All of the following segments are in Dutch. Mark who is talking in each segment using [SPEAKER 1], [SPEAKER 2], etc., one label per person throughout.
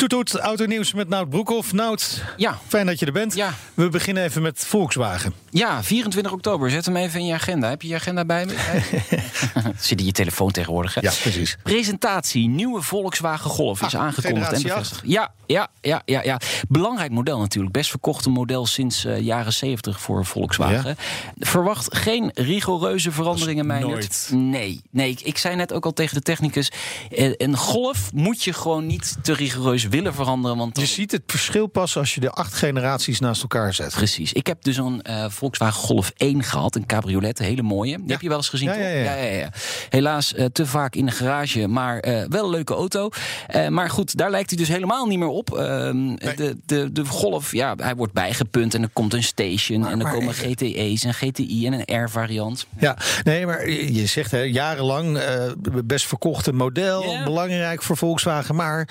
[SPEAKER 1] Toet toet, autonieuws met Nout Broekhoff. Nout,
[SPEAKER 2] Ja.
[SPEAKER 1] fijn dat je er bent.
[SPEAKER 2] Ja.
[SPEAKER 1] We beginnen even met Volkswagen.
[SPEAKER 2] Ja, 24 oktober. Zet hem even in je agenda. Heb je je agenda bij me? Zit in je telefoon tegenwoordig, hè?
[SPEAKER 1] Ja, precies.
[SPEAKER 2] Presentatie nieuwe Volkswagen Golf is
[SPEAKER 1] Ah,
[SPEAKER 2] aangekondigd en
[SPEAKER 1] generatie
[SPEAKER 2] bevestigd. Ja, ja, ja, ja, ja. Belangrijk model natuurlijk. Best verkochte model sinds eh, jaren 70 voor Volkswagen. Verwacht geen rigoureuze veranderingen,
[SPEAKER 1] Dat is
[SPEAKER 2] Meijnerd. Nee, nee. Ik, ik zei net ook al tegen de technicus... eh, een Golf moet je gewoon niet te rigoureus willen veranderen... want
[SPEAKER 1] Je
[SPEAKER 2] dan
[SPEAKER 1] ziet het verschil pas als je de acht generaties naast elkaar zet.
[SPEAKER 2] Precies. Ik heb dus een eh, Volkswagen Golf 1 gehad, een cabriolet, een hele mooie. Die heb je wel eens gezien,
[SPEAKER 1] Ja,
[SPEAKER 2] toch?
[SPEAKER 1] ja, ja.
[SPEAKER 2] Helaas eh, te vaak in de garage, maar eh, wel een leuke auto. Eh, maar goed, daar lijkt hij dus helemaal niet meer op. Ehm, de, de, de Golf, ja, hij wordt bijgepunt en er komt een station... en er
[SPEAKER 3] maar
[SPEAKER 2] komen GTE's en GTI en een R-variant.
[SPEAKER 1] Ja, nee, maar je zegt hè, jarenlang eh, best verkochte model,
[SPEAKER 2] Ja.
[SPEAKER 1] belangrijk voor Volkswagen. Maar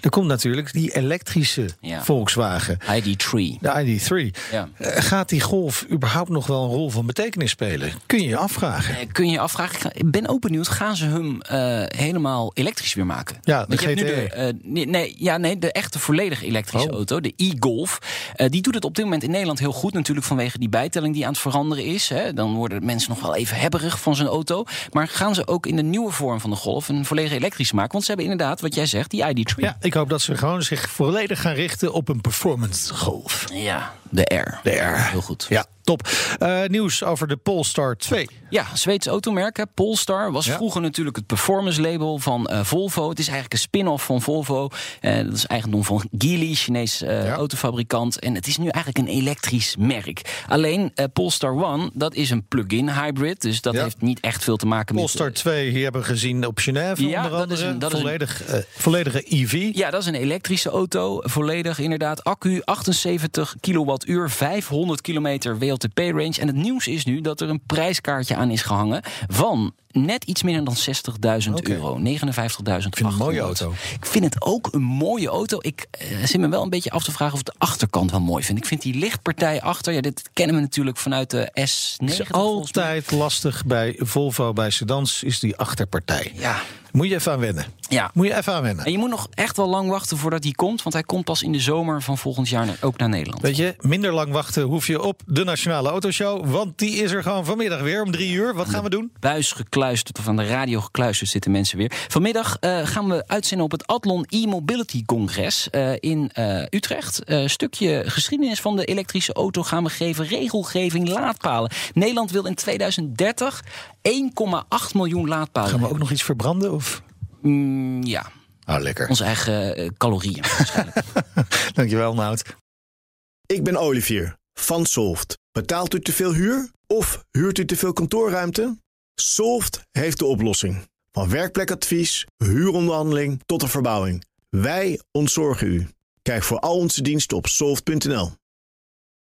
[SPEAKER 1] er komt natuurlijk die elektrische
[SPEAKER 2] Ja.
[SPEAKER 1] Volkswagen,
[SPEAKER 2] ID3.
[SPEAKER 1] de ID3.
[SPEAKER 2] Ja.
[SPEAKER 1] Eh, gaat die Golf überhaupt nog wel een rol van betekenis spelen? Kun je je afvragen.
[SPEAKER 2] Eh, Kun je je afvragen, ik ga- ik ben ook benieuwd, gaan ze hem eh, helemaal elektrisch weer maken?
[SPEAKER 1] Ja,
[SPEAKER 2] Want
[SPEAKER 1] de
[SPEAKER 2] je hebt nu
[SPEAKER 1] GTE.
[SPEAKER 2] de, eh, nee, nee, ja, nee, de echte volledig elektrische
[SPEAKER 1] Oh.
[SPEAKER 2] auto, de e-Golf. eh, die doet het op dit moment in Nederland heel goed, natuurlijk vanwege die bijtelling die aan het veranderen is. Hè. Dan worden mensen nog wel even hebberig van zijn auto. Maar gaan ze ook in de nieuwe vorm van de Golf een volledig elektrisch maken? Want ze hebben inderdaad, wat jij zegt, die ID3.
[SPEAKER 1] Ja, ik hoop dat ze gewoon zich volledig gaan richten op een performance Golf.
[SPEAKER 2] Ja, de R.
[SPEAKER 1] De R.
[SPEAKER 2] Heel goed.
[SPEAKER 1] Ja, top. Eh, nieuws over de Polestar 2.
[SPEAKER 2] Ja, Zweeds automerk, hè, Polestar, was
[SPEAKER 1] Ja.
[SPEAKER 2] vroeger natuurlijk het performance label van eh, Volvo. Het is eigenlijk een spin-off van Volvo. Eh, dat is eigendom van Geely, Chinees eh,
[SPEAKER 1] Ja.
[SPEAKER 2] autofabrikant. En het is nu eigenlijk een elektrisch merk. Alleen eh, Polestar One, dat is een plug-in hybrid. Dus dat
[SPEAKER 1] Ja.
[SPEAKER 2] heeft niet echt veel te maken met... eh,
[SPEAKER 1] Polestar 2 hier hebben we gezien op Genève
[SPEAKER 2] Ja,
[SPEAKER 1] onder
[SPEAKER 2] dat
[SPEAKER 1] andere.
[SPEAKER 2] is een- dat is een-
[SPEAKER 1] Volledig, eh, volledige EV.
[SPEAKER 2] Ja, dat is een elektrische auto. Volledig inderdaad. Accu 78 kilowattuur, 500 kilometer WLTP-range. En het nieuws is nu dat er een prijskaartje aan is gehangen van net iets minder dan 60.000
[SPEAKER 1] Oké.
[SPEAKER 2] euro. 59.000 Ik vind
[SPEAKER 1] het een mooie auto.
[SPEAKER 2] Ik vind het ook een mooie auto. Ik eh, zit me wel een beetje af te vragen of ik de achterkant wel mooi vind. Ik vind die lichtpartij achter, ja, dit kennen we natuurlijk vanuit de S90.
[SPEAKER 1] Het is
[SPEAKER 2] volgens mij.
[SPEAKER 1] altijd lastig bij Volvo, bij sedans, is die achterpartij.
[SPEAKER 2] Ja.
[SPEAKER 1] Moet je even aan wennen.
[SPEAKER 2] Ja.
[SPEAKER 1] Moet je even aan wennen.
[SPEAKER 2] En je moet nog echt wel lang wachten voordat hij komt, want hij komt pas in de zomer van volgend jaar na- ook naar Nederland.
[SPEAKER 1] Weet je, minder lang wachten hoef je op de Nationale Autoshow. Want die is er gewoon vanmiddag weer om drie uur. Wat gaan we doen?
[SPEAKER 2] buis gekluisterd of aan de radio gekluisterd zitten mensen weer. Vanmiddag eh, gaan we uitzenden op het Adlon e-mobility congres eh, in eh, Utrecht. Eh, stukje geschiedenis van de elektrische auto gaan we geven. Regelgeving laadpalen. Nederland wil in 2030 1,8 miljoen laadpalen.
[SPEAKER 1] Gaan we ook nog iets verbranden? Of?
[SPEAKER 2] Mm, ja,
[SPEAKER 1] Oh, lekker.
[SPEAKER 2] onze eigen eh, calorieën.
[SPEAKER 1] Dankjewel, Nout.
[SPEAKER 4] Ik ben Olivier van Solft. Betaalt u te veel huur of huurt u te veel kantoorruimte? Solft heeft de oplossing. Van werkplekadvies, huuronderhandeling tot de verbouwing. Wij ontzorgen u. Kijk voor al onze diensten op soft.nl.